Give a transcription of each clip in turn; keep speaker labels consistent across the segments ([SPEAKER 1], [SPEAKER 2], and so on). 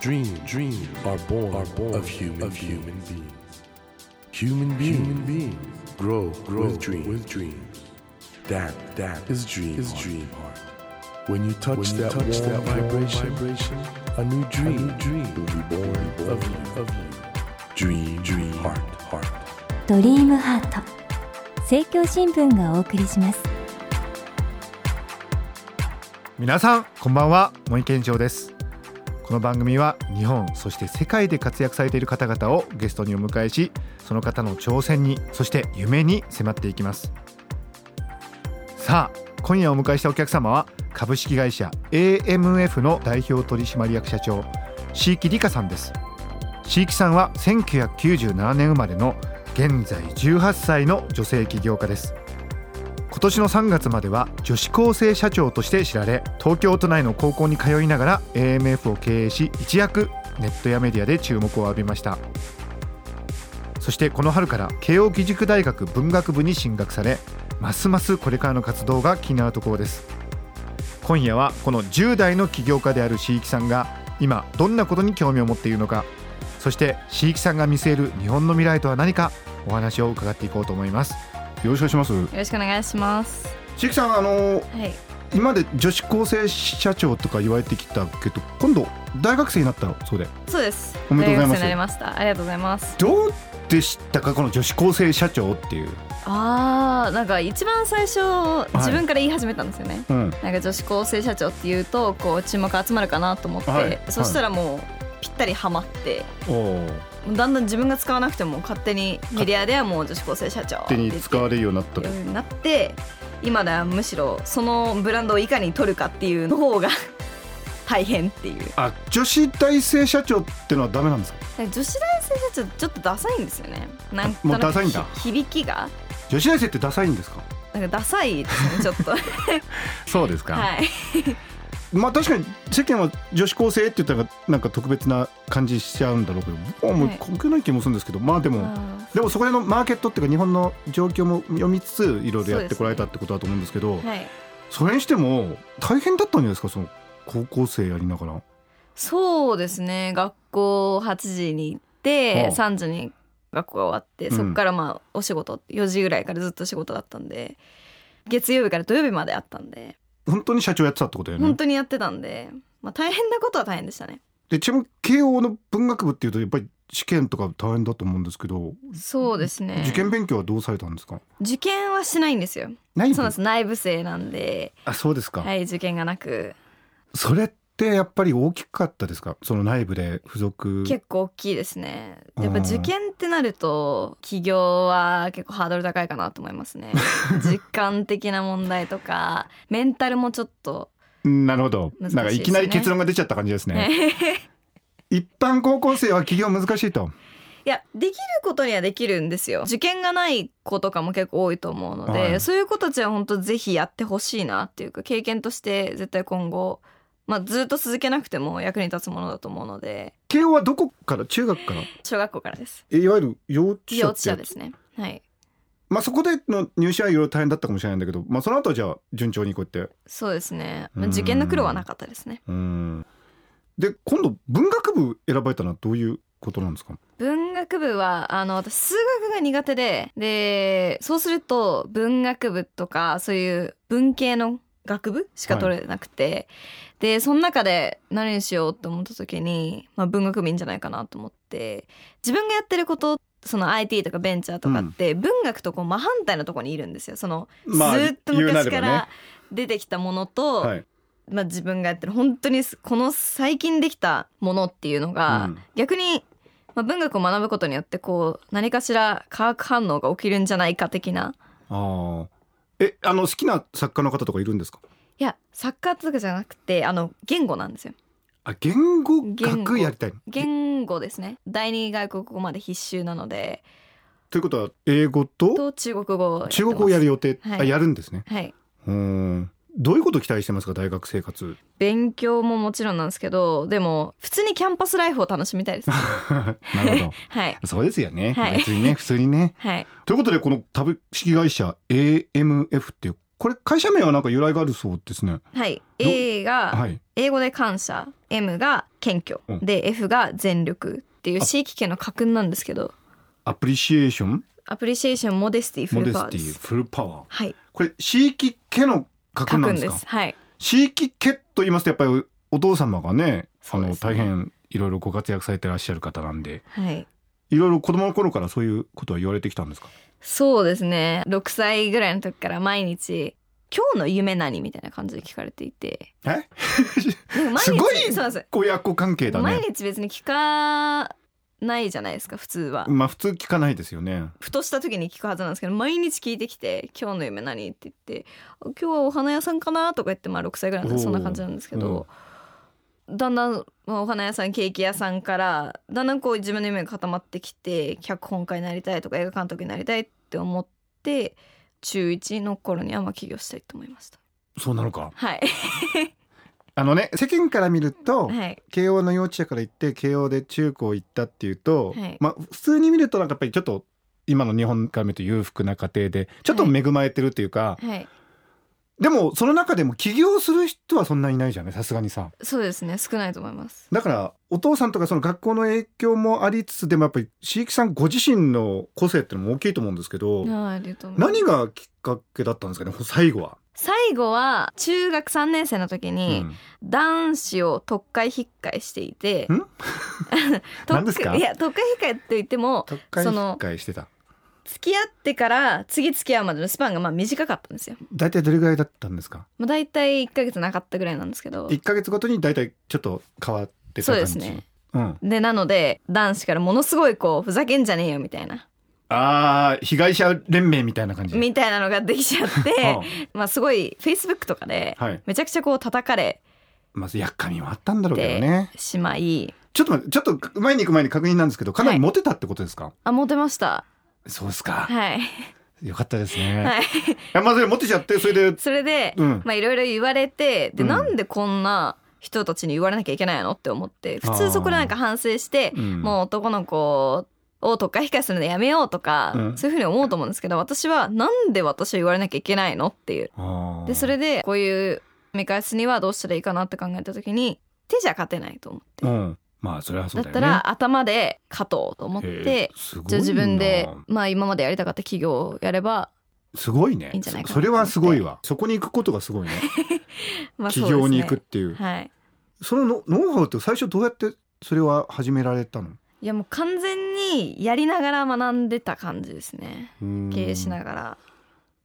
[SPEAKER 1] dreams, dreams are born, are born of human, of human beings. Human beings, human beings grow, grow with, dream, with dreams. That, that is dream, is dream heart. When you touch when you that, touch warm that vibration, vibration, a new dream, a new dream will be born, born of, you, of you. Dream, dream heart, heart.
[SPEAKER 2] ドリームハート政教新聞がお送りします
[SPEAKER 3] 皆さんこんばんは森健翔ですこの番組は日本そして世界で活躍されている方々をゲストにお迎えしその方の挑戦にそして夢に迫っていきますさあ今夜お迎えしたお客様は株式会社 AMF の代表取締役社長椎木理香さんです椎木さんは1997年生まれの現在18歳の女性起業家です今年の3月までは女子高生社長として知られ東京都内の高校に通いながら AMF を経営し一躍ネットやメディアで注目を浴びましたそしてこの春から慶應義塾大学文学部に進学されますますこれからの活動が気になるところです今夜はこの10代の起業家である椎木さんが今どんなことに興味を持っているのかそして椎木さんが見据える日本の未来とは何かお話を伺っていこうと思います
[SPEAKER 4] よろしくお願いします
[SPEAKER 5] よろしくお願いします。
[SPEAKER 4] 椎木さんあの
[SPEAKER 5] はい。
[SPEAKER 4] 今まで女子高生社長とか言われてきたけど今度大学生になったそうで
[SPEAKER 5] そうです。
[SPEAKER 4] おめでとうございます
[SPEAKER 5] 大学生になりました。ありがとうございます。
[SPEAKER 4] どうでしたかこの女子高生社長っていう、
[SPEAKER 5] ああ、なんか一番最初、
[SPEAKER 4] い
[SPEAKER 5] 自分から言い始めたんですよね。
[SPEAKER 4] うん、
[SPEAKER 5] なんか女子高生社長っていうと、こう注目集まるかなと思って、
[SPEAKER 4] はい
[SPEAKER 5] そしたらもう。ぴったりハマって
[SPEAKER 4] おお
[SPEAKER 5] だんだん自分が使わなくても勝手にメディアではもう女子高生社長っ
[SPEAKER 4] 勝
[SPEAKER 5] て
[SPEAKER 4] 手
[SPEAKER 5] 言
[SPEAKER 4] に
[SPEAKER 5] って
[SPEAKER 4] 使われるようになった
[SPEAKER 5] ようになって今ではむしろそのブランドをいかに取るかっていうの方が 大変っていう
[SPEAKER 4] あ女子大生社長ってのはダメなんですか
[SPEAKER 5] 女子大生たちはちょっとダサいんですよねなんと
[SPEAKER 4] もう
[SPEAKER 5] な
[SPEAKER 4] ダサ
[SPEAKER 5] く
[SPEAKER 4] いんだ
[SPEAKER 5] ひ響きが
[SPEAKER 4] 女子大生ってダサいんですか
[SPEAKER 5] なんかダサいですねちょっと
[SPEAKER 4] そうですか
[SPEAKER 5] はい
[SPEAKER 4] まあ確かに世間は女子高生って言ったらなんか特別な感じしちゃうんだろうけど僕はもう
[SPEAKER 5] はい
[SPEAKER 4] 国内気もするんですけど、まあでも、でもそこら辺のマーケットっていうか日本の状況も読みつついろいろやってこられたってことだと思うんですけどそ
[SPEAKER 5] はい
[SPEAKER 4] れにしても大変だったんじゃないですかその高校生やりながら
[SPEAKER 5] そうですね学校8時に行っ
[SPEAKER 4] は
[SPEAKER 5] て
[SPEAKER 4] あ
[SPEAKER 5] 3時に学校が終わって
[SPEAKER 4] うん
[SPEAKER 5] そこからまあお仕事4時ぐらいからずっと仕事だったんで月曜日から土曜日まであったんで
[SPEAKER 4] 本当に社長やってたってことだよね
[SPEAKER 5] 本当にやってたんで、まあ、大変なことは大変でしたね
[SPEAKER 4] でちなみに慶応の文学部っていうとやっぱり試験とか大変だと思うんですけど、
[SPEAKER 5] そうですね
[SPEAKER 4] 受験勉強はどうされたんですか
[SPEAKER 5] 受験はしないんですよ
[SPEAKER 4] ない
[SPEAKER 5] そうなんです内部生なんで
[SPEAKER 4] あそうですか、
[SPEAKER 5] はい受験がなく
[SPEAKER 4] それってやっぱり大きかったですかその内部で付属
[SPEAKER 5] 結構大きいですねやっ
[SPEAKER 4] う
[SPEAKER 5] ぱ
[SPEAKER 4] ん
[SPEAKER 5] 受験ってなると起業は結構ハードル高いかなと思いま すね時間的な問題とかメンタルもちょっと、
[SPEAKER 4] うんなるほど、
[SPEAKER 5] 難しい
[SPEAKER 4] なんかいきなり
[SPEAKER 5] ですね
[SPEAKER 4] 結論が出ちゃった感じですね一般高校生は起業難しいと
[SPEAKER 5] いやできることにはできるんですよ受験がない子とかも結構多いと思うので、
[SPEAKER 4] はい
[SPEAKER 5] そういう子たちは本当ぜひやってほしいなっていうか経験として絶対今後、まあ、ずっと続けなくても役に立つものだと思うので
[SPEAKER 4] 慶応はどこから中学から
[SPEAKER 5] 小学校からです
[SPEAKER 4] えいわゆる幼稚
[SPEAKER 5] 幼
[SPEAKER 4] 者っ
[SPEAKER 5] 稚
[SPEAKER 4] てや
[SPEAKER 5] 者
[SPEAKER 4] つ
[SPEAKER 5] ですねはい
[SPEAKER 4] まあそこでの入試はいろいろ大変だったかもしれないんだけど、まあ、その後はじゃあ順調にこうやって
[SPEAKER 5] そうですね、
[SPEAKER 4] うん
[SPEAKER 5] 受験の苦労はなかったですね
[SPEAKER 4] うんで今度文学部選ばれたのはどういうことなんですか
[SPEAKER 5] 文学部はあの私数学が苦手ででそうすると文学部とかそういう文系の学部しか取れなくて、でその中で何にしようって思った時に、まあ、文学部いいんじゃないかなと思って自分がやってることその IT とかベンチャーとかって、文学とこう真反対のところにいるんですよその、ずーっと昔から出てきたものと、
[SPEAKER 4] はい
[SPEAKER 5] まあ、自分がやってる本当にすこの最近できたものっていうのが、
[SPEAKER 4] うん
[SPEAKER 5] 逆に、まあ、文学を学ぶことによってこう何かしら化学反応が起きるんじゃないか的な
[SPEAKER 4] ああえあの好きな作家の方とかいるんですか
[SPEAKER 5] いや作家とかじゃなくてあの言語なんですよ
[SPEAKER 4] あ言語
[SPEAKER 5] 言語
[SPEAKER 4] 学やりたい
[SPEAKER 5] 言語ですね第二外国語まで必修なので
[SPEAKER 4] ということは英語と
[SPEAKER 5] と中国語をやってます
[SPEAKER 4] 中国語をやる予定、
[SPEAKER 5] はい
[SPEAKER 4] あやるんですね
[SPEAKER 5] はい
[SPEAKER 4] うんどういうことを期待してますか大学生 活
[SPEAKER 5] 勉強ももちろんなんですけどでも普通にキャンパスライフを楽しみたいですは
[SPEAKER 4] なる ほ
[SPEAKER 5] い
[SPEAKER 4] どそうですよね、
[SPEAKER 5] はい
[SPEAKER 4] 別にね普通にね
[SPEAKER 5] はい
[SPEAKER 4] ということでこの株式会社 AMF っていうこれ会社名はなんか由来があるそうですね。
[SPEAKER 5] はい、A が、
[SPEAKER 4] はい。
[SPEAKER 5] 英語で感謝 M が謙虚、
[SPEAKER 4] うん
[SPEAKER 5] で F が全力っていう C 規圏の家訓なんですけど
[SPEAKER 4] アプリシエーション、
[SPEAKER 5] アプリシエーションモデスティフ
[SPEAKER 4] モ
[SPEAKER 5] ル
[SPEAKER 4] デ
[SPEAKER 5] パワ
[SPEAKER 4] ス
[SPEAKER 5] ー
[SPEAKER 4] テ
[SPEAKER 5] で
[SPEAKER 4] ィ、
[SPEAKER 5] す
[SPEAKER 4] フルパワー。
[SPEAKER 5] はい
[SPEAKER 4] これ、シーキ家の家
[SPEAKER 5] 家
[SPEAKER 4] 訓なんで
[SPEAKER 5] 訓
[SPEAKER 4] す
[SPEAKER 5] で
[SPEAKER 4] か
[SPEAKER 5] すはい
[SPEAKER 4] シーキ家と言いますと、やっぱりお父様がね、あ
[SPEAKER 5] そう
[SPEAKER 4] の、
[SPEAKER 5] ですね
[SPEAKER 4] 大変いろいろご活躍されてらっしゃる方なんで、
[SPEAKER 5] はい
[SPEAKER 4] いろいろ子供の頃からそういうことは言われてきたんですか
[SPEAKER 5] そうですね6歳ぐらいの時から毎日「今日の夢何?」みたいな感じで聞かれていて
[SPEAKER 4] え
[SPEAKER 5] なんか毎日
[SPEAKER 4] すごい
[SPEAKER 5] そうなんです
[SPEAKER 4] 親子関係だ
[SPEAKER 5] 毎
[SPEAKER 4] ね。
[SPEAKER 5] 日別に聞かないじゃないですか普通は、
[SPEAKER 4] まあ普通聞かないですよね。
[SPEAKER 5] ふとした時に聞くはずなんですけど毎日聞いてきて「今日の夢何?」って言って「今日はお花屋さんかな?」とか言ってまあ6歳ぐらいなんで
[SPEAKER 4] おー
[SPEAKER 5] そんな感じなんですけど、だんだん、まあ、お花屋さんケーキ屋さんからだんだんこう自分の夢が固まってきて脚本家になりたいとか映画監督になりたいって思って中1の頃にはまあ起業したいと思いました。
[SPEAKER 4] そうなのか。
[SPEAKER 5] はい、
[SPEAKER 4] あのね、世間から見ると、
[SPEAKER 5] はい
[SPEAKER 4] 慶応の幼稚園から行って慶応で中高行ったっていうと、
[SPEAKER 5] はい
[SPEAKER 4] まあ普通に見るとなんかやっぱりちょっと今の日本から見ると裕福な家庭でちょっと恵まれてるっていうか、
[SPEAKER 5] はい、
[SPEAKER 4] でもその中でも起業する人はそんなにいないじゃないさすがにさ
[SPEAKER 5] そうですね少ないと思います。
[SPEAKER 4] だからお父さんとかその学校の影響もありつつでもやっぱり椎木さんご自身の個性ってのも大きいと思うんですけど、
[SPEAKER 5] はいありがとうございます
[SPEAKER 4] 何がきっかけだったんですかね最後は、
[SPEAKER 5] 最後は中学3年生の時
[SPEAKER 4] う
[SPEAKER 5] に、
[SPEAKER 4] ん
[SPEAKER 5] 男子を特会引っかえしていて
[SPEAKER 4] ん
[SPEAKER 5] 特
[SPEAKER 4] 何ですか
[SPEAKER 5] いや特会引っかえって言っても
[SPEAKER 4] 特会
[SPEAKER 5] そ
[SPEAKER 4] 引っ
[SPEAKER 5] の
[SPEAKER 4] かえしてた
[SPEAKER 5] 付き合ってから次付き合うまでのスパンがまあ短かったんですよ、
[SPEAKER 4] 大体どれぐらいだったんですか
[SPEAKER 5] まあ、大体1ヶ月なかったぐらいなんですけど
[SPEAKER 4] 1か月ごとに大体ちょっと変わってた
[SPEAKER 5] そう
[SPEAKER 4] 感
[SPEAKER 5] で
[SPEAKER 4] じ
[SPEAKER 5] すね
[SPEAKER 4] うん、
[SPEAKER 5] でなので男子からものすごいこうふざけんじゃねえよみたいな
[SPEAKER 4] ああ被害者連盟みたいな感じ
[SPEAKER 5] みたいなのができちゃっ
[SPEAKER 4] うん
[SPEAKER 5] てまあすごいフェイスブックとかで
[SPEAKER 4] はい
[SPEAKER 5] めちゃくちゃこう叩かれ
[SPEAKER 4] まずやっかみもあったんだろうけどね
[SPEAKER 5] しまい
[SPEAKER 4] ちょっと待ってちょっと前に行く前に確認なんですけどかなりモテたってことですか、
[SPEAKER 5] あモテました
[SPEAKER 4] そうですか、
[SPEAKER 5] はい
[SPEAKER 4] よかったですね、
[SPEAKER 5] はい
[SPEAKER 4] いやまずモテちゃってそれで
[SPEAKER 5] それで、
[SPEAKER 4] うん
[SPEAKER 5] まあいろいろ言われてで、
[SPEAKER 4] うん
[SPEAKER 5] なんでこんな人たちに言われなきゃいけないのって思って普通そこでなんか反省して、
[SPEAKER 4] うん
[SPEAKER 5] もう男の子を特化控えするのやめようとか、
[SPEAKER 4] うん
[SPEAKER 5] そういうふうに思うと思うんですけど私はなんで私は言われなきゃいけないのっていう
[SPEAKER 4] あー
[SPEAKER 5] でそれでこういう見返すにはどうしたらいいかなって考えた時に手じゃ勝てないと思って、
[SPEAKER 4] うんまあそれはそう
[SPEAKER 5] だっ
[SPEAKER 4] だよ
[SPEAKER 5] た
[SPEAKER 4] ね
[SPEAKER 5] ら頭で勝とうと思っ
[SPEAKER 4] へ
[SPEAKER 5] て
[SPEAKER 4] ーすごいな
[SPEAKER 5] じゃあ自分でまあ今までやりたかった企業をやれば、
[SPEAKER 4] すごいね
[SPEAKER 5] いいんじゃないかな
[SPEAKER 4] そそれはすご いわそこに行くことがすごいね
[SPEAKER 5] まあ、
[SPEAKER 4] 企業に行くっ
[SPEAKER 5] く
[SPEAKER 4] ていう
[SPEAKER 5] はい
[SPEAKER 4] そのノノウハウって最初どうやってそれは始められたの
[SPEAKER 5] いやもう完全にやりながら学んでた感じですね経営しながら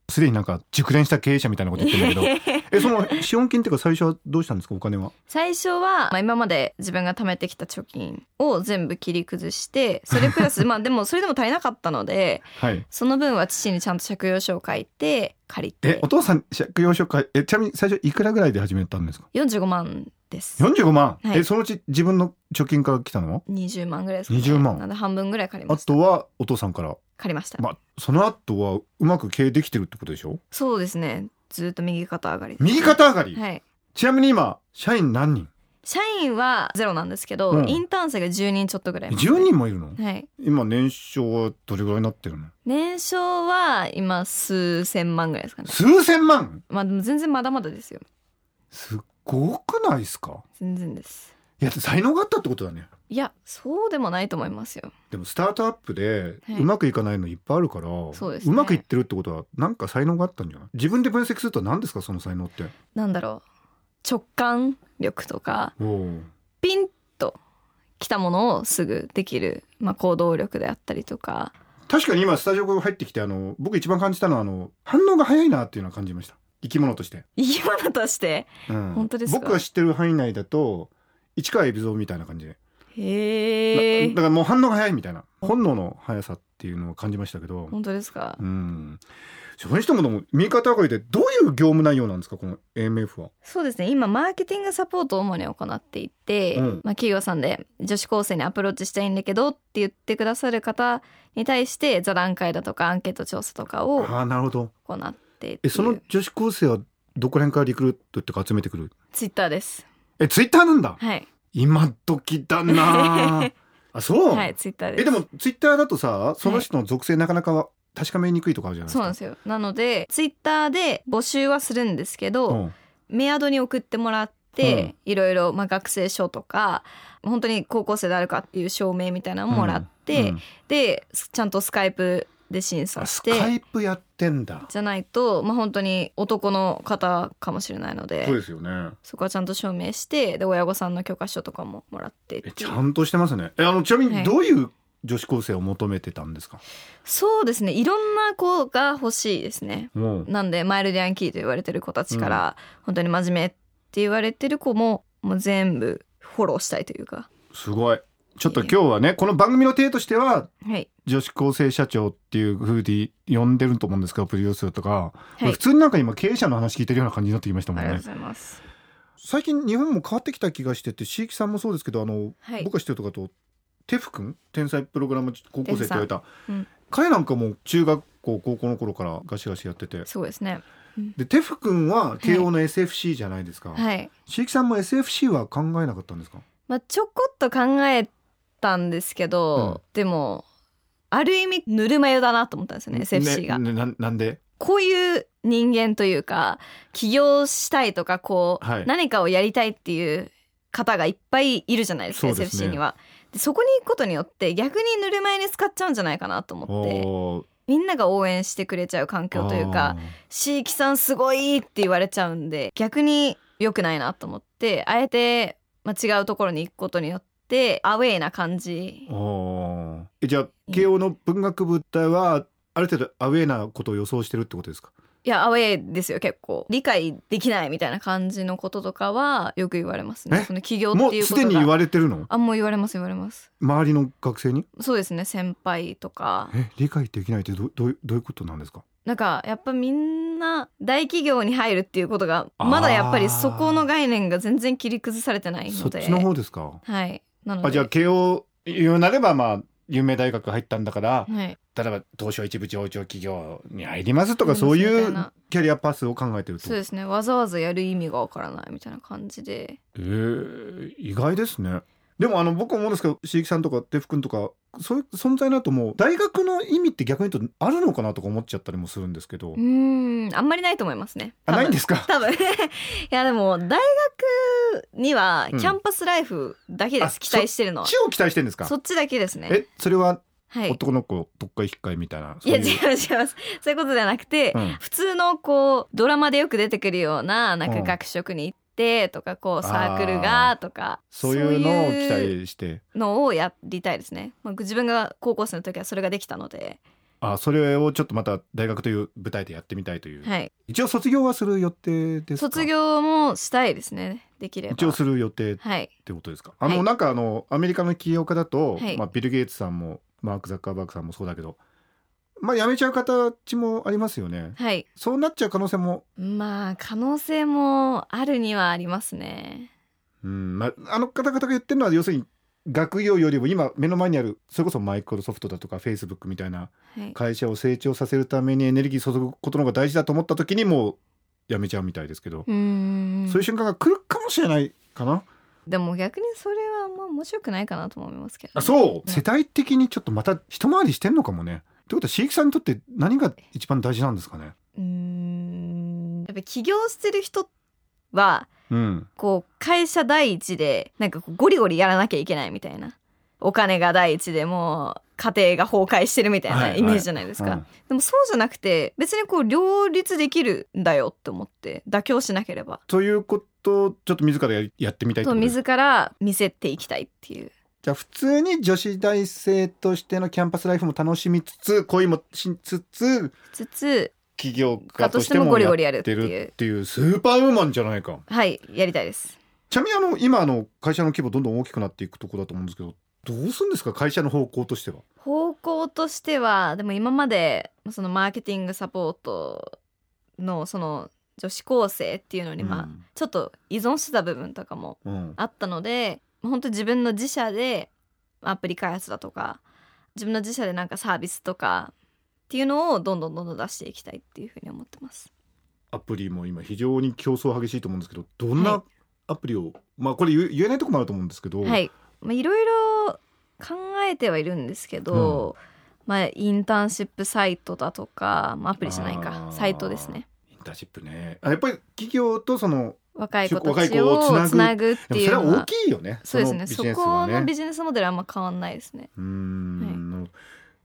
[SPEAKER 4] すでになんか熟練した経営者みたいなこと言ってるんだけどえその資本金っていうか最初はどうしたんですかお金は
[SPEAKER 5] 最初は、まあ、今まで自分が貯めてきた貯金を全部切り崩してそれプラ スまあでもそれでも足りなかったので
[SPEAKER 4] はい
[SPEAKER 5] その分は父にちゃんと借用書を書いて借り
[SPEAKER 4] え
[SPEAKER 5] て
[SPEAKER 4] お父さん借用書かえちなみに最初いくらぐらいで始めたんですか
[SPEAKER 5] 45万です
[SPEAKER 4] 45万、
[SPEAKER 5] はい
[SPEAKER 4] えそのうち自分の貯金から来たの
[SPEAKER 5] 20万ぐらいですか、ね、
[SPEAKER 4] 20万
[SPEAKER 5] なので半分ぐらい借りま
[SPEAKER 4] あ
[SPEAKER 5] した
[SPEAKER 4] とはお父さんから
[SPEAKER 5] 借りました、
[SPEAKER 4] まあその後はうまく経営できてるってことでしょ
[SPEAKER 5] そうですねずっと右肩上がりです
[SPEAKER 4] 右肩上がり、
[SPEAKER 5] はい
[SPEAKER 4] ちなみに今社員何人
[SPEAKER 5] 社員はゼロなんですけど、
[SPEAKER 4] うん
[SPEAKER 5] インターン生が10人ちょっとぐらいいますね
[SPEAKER 4] ?10 人もいるの
[SPEAKER 5] はい
[SPEAKER 4] 今年商はどれぐらいになってるの
[SPEAKER 5] 年商は今数千万ぐらいですかね
[SPEAKER 4] 数千万
[SPEAKER 5] まあでも全然まだまだですよ
[SPEAKER 4] すっごくないですか
[SPEAKER 5] 全然です
[SPEAKER 4] いや才能があったってことだね
[SPEAKER 5] いやそうでもないと思いますよ
[SPEAKER 4] でもスタートアップで
[SPEAKER 5] はいう
[SPEAKER 4] まくいかないのいっぱいあるから、う
[SPEAKER 5] そうですね
[SPEAKER 4] まくいってるってことはなんか才能があったんじゃない自分で分析すると何ですかその才能って
[SPEAKER 5] なんだろう直感力とかピンときたものをすぐできる、まあ、行動力であったりとか
[SPEAKER 4] 確かに今スタジオから入ってきてあの僕一番感じたのはあの反応が早いなっていうのは感じました生き物として、
[SPEAKER 5] 生き物として
[SPEAKER 4] うん
[SPEAKER 5] 本当ですか
[SPEAKER 4] 僕が知ってる範囲内だと市川海老蔵みたいな感じで、な
[SPEAKER 5] へえ
[SPEAKER 4] だからもう反応が早いみたいな本能の速さっていうのを感じましたけど、
[SPEAKER 5] 本当ですか
[SPEAKER 4] うんそれにしてもでも右肩上がりでどういう業務内容なんですかこの AMF は
[SPEAKER 5] そうですね今マーケティングサポートを主に行っていて、
[SPEAKER 4] うん
[SPEAKER 5] まあ、企業さんで女子高生にアプローチしたいんだけどって言ってくださる方に対して座談会だとかアンケート調査とかを
[SPEAKER 4] ああなるほど
[SPEAKER 5] 行って
[SPEAKER 4] えその女子高生はどこら辺からリクルートっていうか集めてくる
[SPEAKER 5] ツイッターです
[SPEAKER 4] えツイッターなんだ
[SPEAKER 5] はい
[SPEAKER 4] 今時だ なああそう、
[SPEAKER 5] はいツイッターです
[SPEAKER 4] えでもツイッターだとさその人の属性なかなか確かめにくいとこあるじゃないです
[SPEAKER 5] そう
[SPEAKER 4] か
[SPEAKER 5] なんですよなのでツイッターで募集はするんですけど、
[SPEAKER 4] うん
[SPEAKER 5] メアドに送ってもらって、いろいろ、まあ、学生証とか本当に高校生であるかっていう証明みたいなのももらって、
[SPEAKER 4] うん
[SPEAKER 5] でちゃんとスカイプで審査
[SPEAKER 4] あ
[SPEAKER 5] し
[SPEAKER 4] ス
[SPEAKER 5] て
[SPEAKER 4] カイプやってんだ
[SPEAKER 5] じゃないと、まあ、本当に男の方かもしれないので
[SPEAKER 4] そうですよね
[SPEAKER 5] そこはちゃんと証明してで親御さんの許可書とかももらってって
[SPEAKER 4] え
[SPEAKER 5] いう
[SPEAKER 4] ちゃんとしてますねえあのちなみ
[SPEAKER 5] は
[SPEAKER 4] に
[SPEAKER 5] い
[SPEAKER 4] どういう女子高生を求めてたんですか、
[SPEAKER 5] そうですねいろんな子が欲しいですね
[SPEAKER 4] もう
[SPEAKER 5] なんでマイルドヤンキーと言われてる子たちから、本当に真面目って言われてる子ももう全部フォローしたいというか
[SPEAKER 4] すごいちょっと今日はねこの番組の体としては
[SPEAKER 5] はい
[SPEAKER 4] 女子高生社長っていう風に呼んでると思うんですけどプロデュースとか、
[SPEAKER 5] はい
[SPEAKER 4] 普通になんか今経営者の話聞いてるような感じになってきましたも
[SPEAKER 5] あ
[SPEAKER 4] ん
[SPEAKER 5] りがとう
[SPEAKER 4] ね
[SPEAKER 5] ございます
[SPEAKER 4] 最近日本も変わってきた気がしてて椎木さんもそうですけどあの、
[SPEAKER 5] はい
[SPEAKER 4] 僕が知ってるとかとテフ君天才プログラム高校生って言われた、
[SPEAKER 5] 天才うん
[SPEAKER 4] 彼なんかも中学校高校の頃からガシガシやってて
[SPEAKER 5] そうですね
[SPEAKER 4] でテフ君は慶応の SFC じゃないですか、
[SPEAKER 5] はい
[SPEAKER 4] 椎木さんも SFC は考えなかったんですか
[SPEAKER 5] まあちょこっと考えたんですけど、でもある意味ぬるま湯だなと思ったんですよね SFC が、
[SPEAKER 4] ねねななんで
[SPEAKER 5] こういう人間というか起業したいとかこう、
[SPEAKER 4] はい
[SPEAKER 5] 何かをやりたいっていう方がいっぱいいるじゃないですか
[SPEAKER 4] そうですね
[SPEAKER 5] SFC にはでそこに行くことによって逆にぬるま湯に使っちゃうんじゃないかなと思って
[SPEAKER 4] おー
[SPEAKER 5] みんなが応援してくれちゃう環境というか「椎木さんすごい!」って言われちゃうんで逆に良くないなと思ってあえて、まあ、違うところに行くことによってアウェーな感じ
[SPEAKER 4] あーあーえじゃあ慶応の文学部隊はある程度アウェーなことを予想してるってことですか
[SPEAKER 5] いやアウェーですよ結構理解できないみたいな感じのこととかはよく言われますね
[SPEAKER 4] え
[SPEAKER 5] その起業って
[SPEAKER 4] も
[SPEAKER 5] いううこ
[SPEAKER 4] す
[SPEAKER 5] とが
[SPEAKER 4] でに言われてるの
[SPEAKER 5] あもう言われます言われます
[SPEAKER 4] 周りの学生に
[SPEAKER 5] そうですね先輩とか
[SPEAKER 4] え理解できないってどどういうどういうことなんですか
[SPEAKER 5] なんかやっぱみんな大企業に入るっていうことがまだやっぱりそこの概念が全然切り崩されてない
[SPEAKER 4] そ
[SPEAKER 5] の
[SPEAKER 4] っ
[SPEAKER 5] で
[SPEAKER 4] ちの方ですか
[SPEAKER 5] はいなので
[SPEAKER 4] あじゃあ慶応言うなればまあ有名大学入ったんだから
[SPEAKER 5] はい、
[SPEAKER 4] 例えば東証一部上場企業に入りますとか
[SPEAKER 5] 入りま
[SPEAKER 4] そうい
[SPEAKER 5] すみたいうな
[SPEAKER 4] キャリアパスを考えてるってこ
[SPEAKER 5] そう
[SPEAKER 4] と
[SPEAKER 5] ですねわざわざやる意味がわからないみたいな感じで
[SPEAKER 4] えー、意外ですねでもあの僕思うんですけど椎木さんとかテフ君とかそういう存在だともう大学の意味って逆に言うとあるのかなとか思っちゃったりもするんですけど
[SPEAKER 5] うーんあんまりないと思いますね
[SPEAKER 4] あ
[SPEAKER 5] 多分
[SPEAKER 4] ないんですか
[SPEAKER 5] 多分 いやでも大学には
[SPEAKER 4] うん
[SPEAKER 5] キャンパスライフだけで
[SPEAKER 4] あ
[SPEAKER 5] す、期待してるのは
[SPEAKER 4] 地を期待してんですか
[SPEAKER 5] そっちだけですね
[SPEAKER 4] えそれは
[SPEAKER 5] はい
[SPEAKER 4] 男の子どっか引っかいみたいなそ
[SPEAKER 5] いうや違
[SPEAKER 4] いう
[SPEAKER 5] 違いますそういうことじゃなくて、
[SPEAKER 4] うん
[SPEAKER 5] 普通のこうドラマでよく出てくるようななん
[SPEAKER 4] う
[SPEAKER 5] か
[SPEAKER 4] ん
[SPEAKER 5] 学食に行ってとかこうサークルがとか
[SPEAKER 4] そういうのを期
[SPEAKER 5] そういう
[SPEAKER 4] 待して
[SPEAKER 5] のをやりたいですね、まあ、自分が高校生の時はそれができたので、
[SPEAKER 4] あそれをちょっとまた大学という舞台でやってみたいという、
[SPEAKER 5] はい、
[SPEAKER 4] 一応卒業はする予定ですか
[SPEAKER 5] 卒業もしたいですねできれば
[SPEAKER 4] 一応する予定っ
[SPEAKER 5] はい
[SPEAKER 4] てことですかあの、
[SPEAKER 5] はい
[SPEAKER 4] なんかあのアメリカの起業家だと、
[SPEAKER 5] はい
[SPEAKER 4] まあ、ビル・ゲイツさんもマーク・ザッカーバーグさんもそうだけどまあ辞めちゃう形もありますよね
[SPEAKER 5] はい
[SPEAKER 4] そうなっちゃう可能性も
[SPEAKER 5] まあ可能性もあるにはありますね
[SPEAKER 4] うん、まあ、あの方々が言ってるのは要するに学業よりも今目の前にあるそれこそマイクロソフトだとかフェイスブックみたいな
[SPEAKER 5] はい
[SPEAKER 4] 会社を成長させるためにエネルギー注ぐことの方が大事だと思った時にもう辞めちゃうみたいですけど、
[SPEAKER 5] うーん
[SPEAKER 4] そういう瞬間が来るかもしれないかな
[SPEAKER 5] でも逆にそれはあんま面白くないかなとも思いますけどね、
[SPEAKER 4] そう世代的にちょっとまた一回りしてんのかもねってことは椎木さんにとって何が一番大事なんですかね
[SPEAKER 5] うーんやっぱ起業してる人は
[SPEAKER 4] うん
[SPEAKER 5] こう会社第一でなんかこうゴリゴリやらなきゃいけないみたいなお金が第一でもう家庭が崩壊してるみたい
[SPEAKER 4] は
[SPEAKER 5] ないイメージじゃないですか、
[SPEAKER 4] うん
[SPEAKER 5] でもそうじゃなくて別にこう両立できるんだよって思って妥協しなければ
[SPEAKER 4] ということをちょっと自らやりやってみたいって
[SPEAKER 5] と
[SPEAKER 4] ことです
[SPEAKER 5] 自ら見せていきたいっていう
[SPEAKER 4] じゃあ普通に女子大生としてのキャンパスライフも楽しみつつ恋もしつつ
[SPEAKER 5] つつ
[SPEAKER 4] 起業家
[SPEAKER 5] 家
[SPEAKER 4] と
[SPEAKER 5] と
[SPEAKER 4] し
[SPEAKER 5] してても
[SPEAKER 4] も
[SPEAKER 5] ゴリ
[SPEAKER 4] や
[SPEAKER 5] ゴ
[SPEAKER 4] っ
[SPEAKER 5] リやるって
[SPEAKER 4] て
[SPEAKER 5] い
[SPEAKER 4] る
[SPEAKER 5] う
[SPEAKER 4] っていうスーパーウーマンじゃないか
[SPEAKER 5] はいやりたいです
[SPEAKER 4] ちなみにあの今あの会社の規模どんどん大きくなっていくとこだと思うんですけどどうするんですか会社の方向としては
[SPEAKER 5] 方向としてはでも今までそのマーケティングサポートのその女子高生っていうのにまあ、ちょっと依存してた部分とかも
[SPEAKER 4] うんうん
[SPEAKER 5] あったので本当自分の自社でアプリ開発だとか自分の自社でなんかサービスとかっていうのをどんどんどんどん出していきたいっていうふうに思ってます。
[SPEAKER 4] アプリも今非常に競争激しいと思うんですけどどん
[SPEAKER 5] は
[SPEAKER 4] ないアプリを、まあこれ言え言えないとこもあると思うんですけど、
[SPEAKER 5] はいまあいろいろ考えてはいるんですけど、まあ、インターンシップサイトだとか、まあ、アプリじゃないか
[SPEAKER 4] あー
[SPEAKER 5] サイトですね
[SPEAKER 4] インターンシップねあやっぱり企業とその
[SPEAKER 5] 若い子
[SPEAKER 4] 若
[SPEAKER 5] た
[SPEAKER 4] い
[SPEAKER 5] ち
[SPEAKER 4] 子をつな
[SPEAKER 5] を
[SPEAKER 4] ぐ
[SPEAKER 5] つなぐっ
[SPEAKER 4] で
[SPEAKER 5] て
[SPEAKER 4] も
[SPEAKER 5] い
[SPEAKER 4] そうれ
[SPEAKER 5] の
[SPEAKER 4] は
[SPEAKER 5] は
[SPEAKER 4] 大きいよね
[SPEAKER 5] そうですね
[SPEAKER 4] そのビジ
[SPEAKER 5] そ
[SPEAKER 4] ネス
[SPEAKER 5] こ
[SPEAKER 4] はね
[SPEAKER 5] のビジネスモデルはあんま変わんないですね
[SPEAKER 4] うーん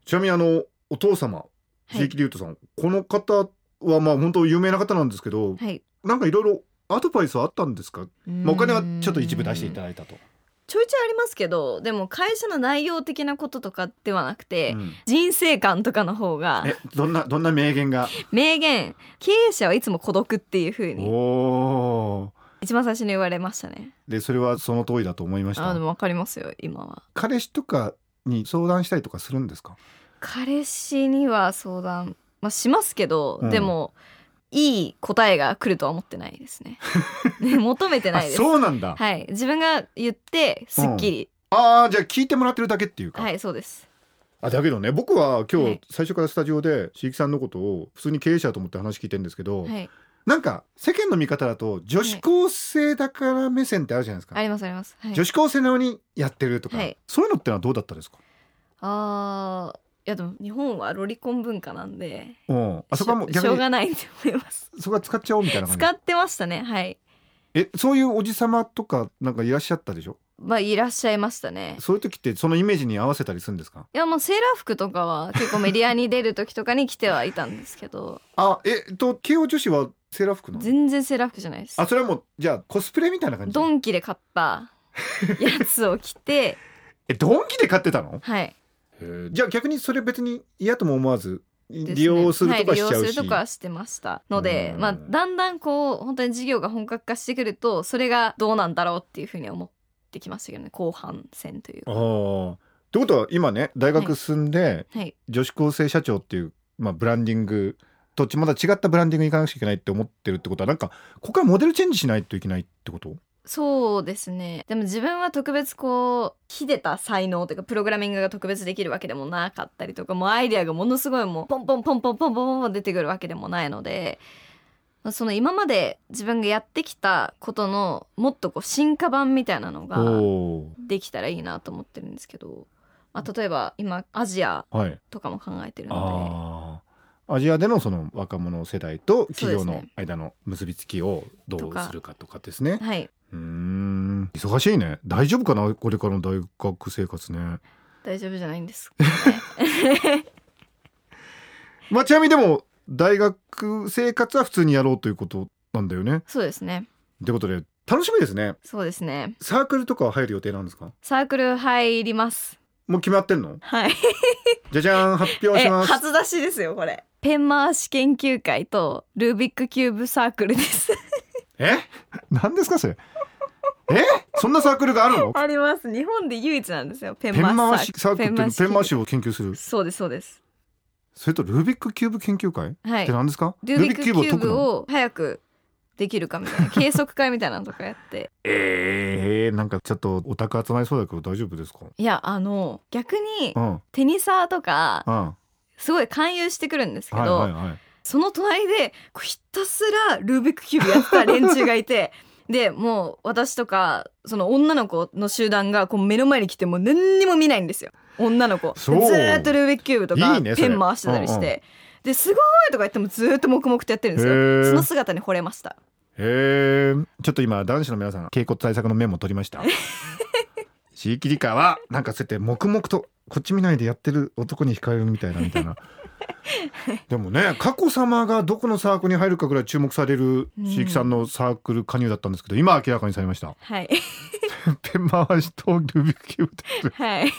[SPEAKER 4] ちなみにあのお父様
[SPEAKER 5] はい
[SPEAKER 4] 鈴木龍斗さん、この方はまあ本当有名な方なんですけど、
[SPEAKER 5] はい
[SPEAKER 4] なんかいろいろアドバイスはあったんですか、まあ、お金はちょっと一部出してい
[SPEAKER 5] だ
[SPEAKER 4] ただいたと、
[SPEAKER 5] ちょいちょいありますけどでも会社の内容的なこととかではなくて、
[SPEAKER 4] うん
[SPEAKER 5] 人生観とかの方が
[SPEAKER 4] えどんなどんな名言 が
[SPEAKER 5] 名言経営者はいつも孤独っていう風
[SPEAKER 4] お
[SPEAKER 5] に
[SPEAKER 4] お
[SPEAKER 5] 一番最初に言われましたね
[SPEAKER 4] ーでそれはその通りだと思いまし
[SPEAKER 5] あで
[SPEAKER 4] た
[SPEAKER 5] もわかりますよ今は
[SPEAKER 4] 彼氏とかに相談したりとかするんですか
[SPEAKER 5] 彼氏には相談、まあ、しますけど、
[SPEAKER 4] うん
[SPEAKER 5] でもいい答えが来るとは思ってないで すねね求めてないです
[SPEAKER 4] そうなんだ、
[SPEAKER 5] はい自分が言ってすっきり、
[SPEAKER 4] ああじゃあ聞いてもらってるだけっていうか、
[SPEAKER 5] はいそうです
[SPEAKER 4] あだけどね僕は今
[SPEAKER 5] は
[SPEAKER 4] 日
[SPEAKER 5] い
[SPEAKER 4] 最初からスタジオで椎木さんのことを普通に経営者だと思って話聞いてるんですけど、
[SPEAKER 5] はい
[SPEAKER 4] なんか世間の見方だと女子高生だから目線ってあるじゃないですか、
[SPEAKER 5] ありますあります、はい、
[SPEAKER 4] 女子高生なのにやってるとか、
[SPEAKER 5] はい
[SPEAKER 4] そういうのってのはどうだったですか、
[SPEAKER 5] あーいやでも日本はロリコン文化なんで
[SPEAKER 4] うん、あそこはもう
[SPEAKER 5] しょ
[SPEAKER 4] 逆
[SPEAKER 5] しょう
[SPEAKER 4] に
[SPEAKER 5] がないと思います
[SPEAKER 4] そこは使っちゃおうみたいな感じ
[SPEAKER 5] 使ってましたねはい
[SPEAKER 4] えそういうおじさまとかなんかいらっしゃったでしょ
[SPEAKER 5] まあいらっしゃいましたね
[SPEAKER 4] そういう時ってそのイメージに合わせたりするんですか
[SPEAKER 5] いやもうセーラー服とかは結構メディアに出る時とかに着てはいたんですけ ど
[SPEAKER 4] あええっと慶応女子はセーラー服なの
[SPEAKER 5] 全然セーラー服じゃないです
[SPEAKER 4] あそれはもうじゃあコスプレみたいな感じ
[SPEAKER 5] ドンキで 買ったやつを着て
[SPEAKER 4] えドンキで買ってたの
[SPEAKER 5] はい
[SPEAKER 4] じゃあ逆にそれ別に嫌とも思わず
[SPEAKER 5] ですね
[SPEAKER 4] 利用するとかしちゃ
[SPEAKER 5] は
[SPEAKER 4] う
[SPEAKER 5] い利用
[SPEAKER 4] し、
[SPEAKER 5] するとかはしてましたので
[SPEAKER 4] うん
[SPEAKER 5] まあだんだんこう本当に事業が本格化してくるとそれがどうなんだろうっていうふうに思ってきましたけどね後半戦という
[SPEAKER 4] あ
[SPEAKER 5] か
[SPEAKER 4] ーってことは今ね大学進んで、
[SPEAKER 5] はい
[SPEAKER 4] 女子高生社長っていう、まあ、ブランディングとまだ違ったブランディングに行かなくちゃいけないって思ってるってことはなんかここからモデルチェンジしないといけないってこと
[SPEAKER 5] そうですねでも自分は特別こう秀でた才能というかプログラミングが特別できるわけでもなかったりとかもうアイデアがものすごいもうポンポンポンポンポンポンポンポン出てくるわけでもないのでまあその今まで自分がやってきたことのもっとこう進化版みたいなのが
[SPEAKER 4] お
[SPEAKER 5] できたらいいなと思ってるんですけど、まあ、例えば今アジア
[SPEAKER 4] ーはい
[SPEAKER 5] とかも考えてるの
[SPEAKER 4] あーアジアでのその若者世代と企業
[SPEAKER 5] そう
[SPEAKER 4] の
[SPEAKER 5] ですね
[SPEAKER 4] 間の結びつきをど
[SPEAKER 5] と
[SPEAKER 4] う
[SPEAKER 5] か
[SPEAKER 4] するかとかですね
[SPEAKER 5] で、はい、
[SPEAKER 4] うーん忙しいね大丈夫かなこれからの大学生活ね
[SPEAKER 5] 大丈夫じゃないんです。
[SPEAKER 4] まあちなみにでも大学生活は普通にやろうということなんだよね
[SPEAKER 5] そうですね
[SPEAKER 4] ってことで楽しみですね
[SPEAKER 5] そうですね
[SPEAKER 4] サークルとかは入る予定なんですか
[SPEAKER 5] サークル入ります
[SPEAKER 4] もう決まってんの
[SPEAKER 5] はい
[SPEAKER 4] じゃじゃん発表します
[SPEAKER 5] 初出しですよこれペン回し研究会とルービックキューブサークルです
[SPEAKER 4] え何ですかそれえそんなサークルがあるの
[SPEAKER 5] あります日本で唯一なんですよペン
[SPEAKER 4] ペン回
[SPEAKER 5] 回
[SPEAKER 4] し
[SPEAKER 5] し
[SPEAKER 4] サークルっていうのペン回し
[SPEAKER 5] を
[SPEAKER 4] を研究する
[SPEAKER 5] そうですそうです
[SPEAKER 4] それとルービックキューブ研究会っ
[SPEAKER 5] はい
[SPEAKER 4] て何ですか、
[SPEAKER 5] ルービックキ
[SPEAKER 4] ル
[SPEAKER 5] ュー
[SPEAKER 4] 解く
[SPEAKER 5] ブ
[SPEAKER 4] の
[SPEAKER 5] を早くできるかみたいな計測会みたいなのとかやって
[SPEAKER 4] えー、なんかちょっとオタク集まりそうだけど大丈夫ですか
[SPEAKER 5] いやあの逆に
[SPEAKER 4] うんうん
[SPEAKER 5] テニサーとか
[SPEAKER 4] は
[SPEAKER 5] すごい勧誘してくるんです
[SPEAKER 4] い
[SPEAKER 5] けど、
[SPEAKER 4] はいはい
[SPEAKER 5] その隣でこうひたすらルービックキューブやってた連中が いてでもう私とかその女の子の集団がこう目の前に来てもう何にも見ないんですよ女の子でず
[SPEAKER 4] そう
[SPEAKER 5] ーっとルービックキューブとか
[SPEAKER 4] いいねそれ
[SPEAKER 5] ペン回してたりして
[SPEAKER 4] うん
[SPEAKER 5] ですごいとか言ってもずーっと黙々とやってるんです
[SPEAKER 4] へ
[SPEAKER 5] よ
[SPEAKER 4] ー
[SPEAKER 5] その姿に惚れました
[SPEAKER 4] えー、ちょっと今男子の皆さん傾向対策のメモ取りました 地域理科はなんかそうやって黙々とこっち見ないでやってる男に惹かれるみたいなみたい なでもね佳子様がどこのサークルに入るかぐらい注目される地域さんのサークル加入だったんですけど、今明らかにされました
[SPEAKER 5] は い
[SPEAKER 4] ペン回しとルービックキューブって
[SPEAKER 5] はい、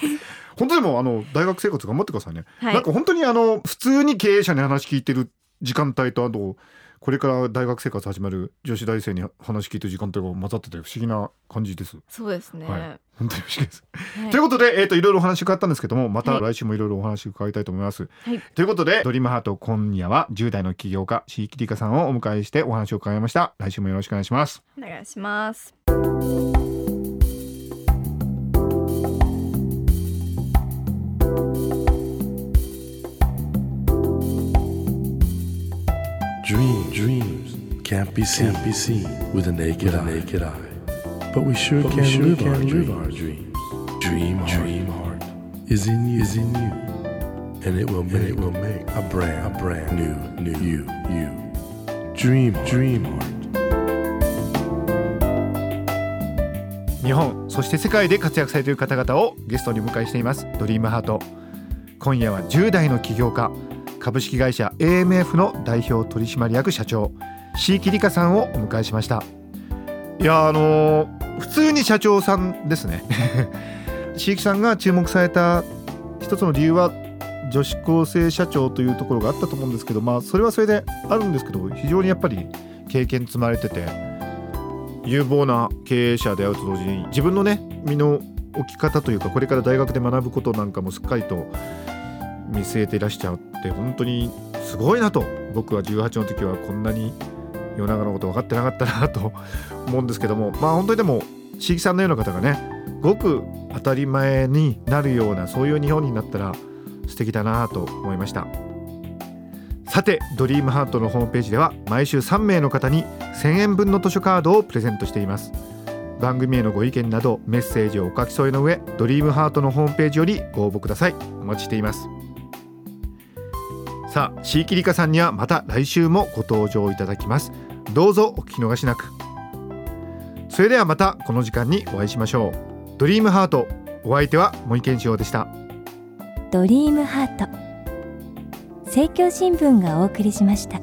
[SPEAKER 4] 本当でもあの大学生活頑張ってくださいね、
[SPEAKER 5] はい
[SPEAKER 4] なんか本当にあの普通に経営者に話聞いてる時間帯とあとこれから大学生活始まる女子大生に話聞いてる時間帯が混ざってて不思議な感じです。
[SPEAKER 5] そうですね、
[SPEAKER 4] はい本当に不思議です。
[SPEAKER 5] はい
[SPEAKER 4] ということで、えー、といろいろお話伺ったんですけどもまた
[SPEAKER 5] はい
[SPEAKER 4] 来週もいろいろお話伺いたいと思います。
[SPEAKER 5] はい
[SPEAKER 4] ということで「ドリームハート」今夜は10代の起業家椎木理香さんをお迎えしてお話を伺いました。来週もよろしくお願いします。
[SPEAKER 5] お願いします
[SPEAKER 1] Dream dreams can't be seen, can't be seen with a naked, eye. naked eye. But we sure can, live, our dreams. Dream, dream heart is in you. Is in you. and it will make, it will make a brand a brand new new you you dream dream heart
[SPEAKER 4] 日本そして世界で活躍されている方々をゲストにお迎えしていますドリームハート今夜は10代の起業家株式会社 AMF の代表取締役社長椎木里香さんをお迎えしましたいやーあのー普通に社長さんですね 椎木さんが注目された一つの理由は女子高生社長というところがあったと思うんですけどまあそれはそれであるんですけど非常にやっぱり経験積まれてて有望な経営者であると同時に自分のね身の置き方というかこれから大学で学ぶことなんかもすっかりと見据えていらっしゃって本当にすごいなと僕は18の時はこんなに世の中のこと分かってなかったなと思うんですけどもまあ本当にでも椎木さんのような方がねごく当たり前になるようなそういう日本になったら素敵だなと思いましたさてドリームハートのホームページでは毎週3名の方に1000円分の図書カードをプレゼントしています番組へのご意見などメッセージをお書き添えの上ドリームハートのホームページよりご応募くださいお待ちしていますさあ椎木里香さんにはまた来週もご登場いただきますどうぞお聞き逃しなくそれではまたこの時間にお会いしましょうドリームハートお相手は森健志郎でした
[SPEAKER 2] ドリームハート政教新聞がお送りしました